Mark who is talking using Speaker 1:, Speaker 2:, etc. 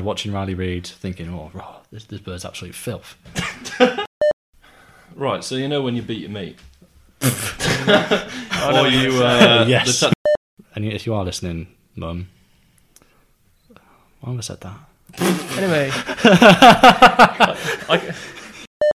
Speaker 1: watching Riley Reid, thinking, "Oh, rah, this, this bird's absolute filth."
Speaker 2: Right, so you know when you beat your meat. I
Speaker 1: Or
Speaker 2: know
Speaker 1: you-
Speaker 2: you. Uh,
Speaker 1: Yes.
Speaker 2: the
Speaker 1: And if you are listening, Mum, why have I said that?
Speaker 3: Anyway,
Speaker 2: te- I,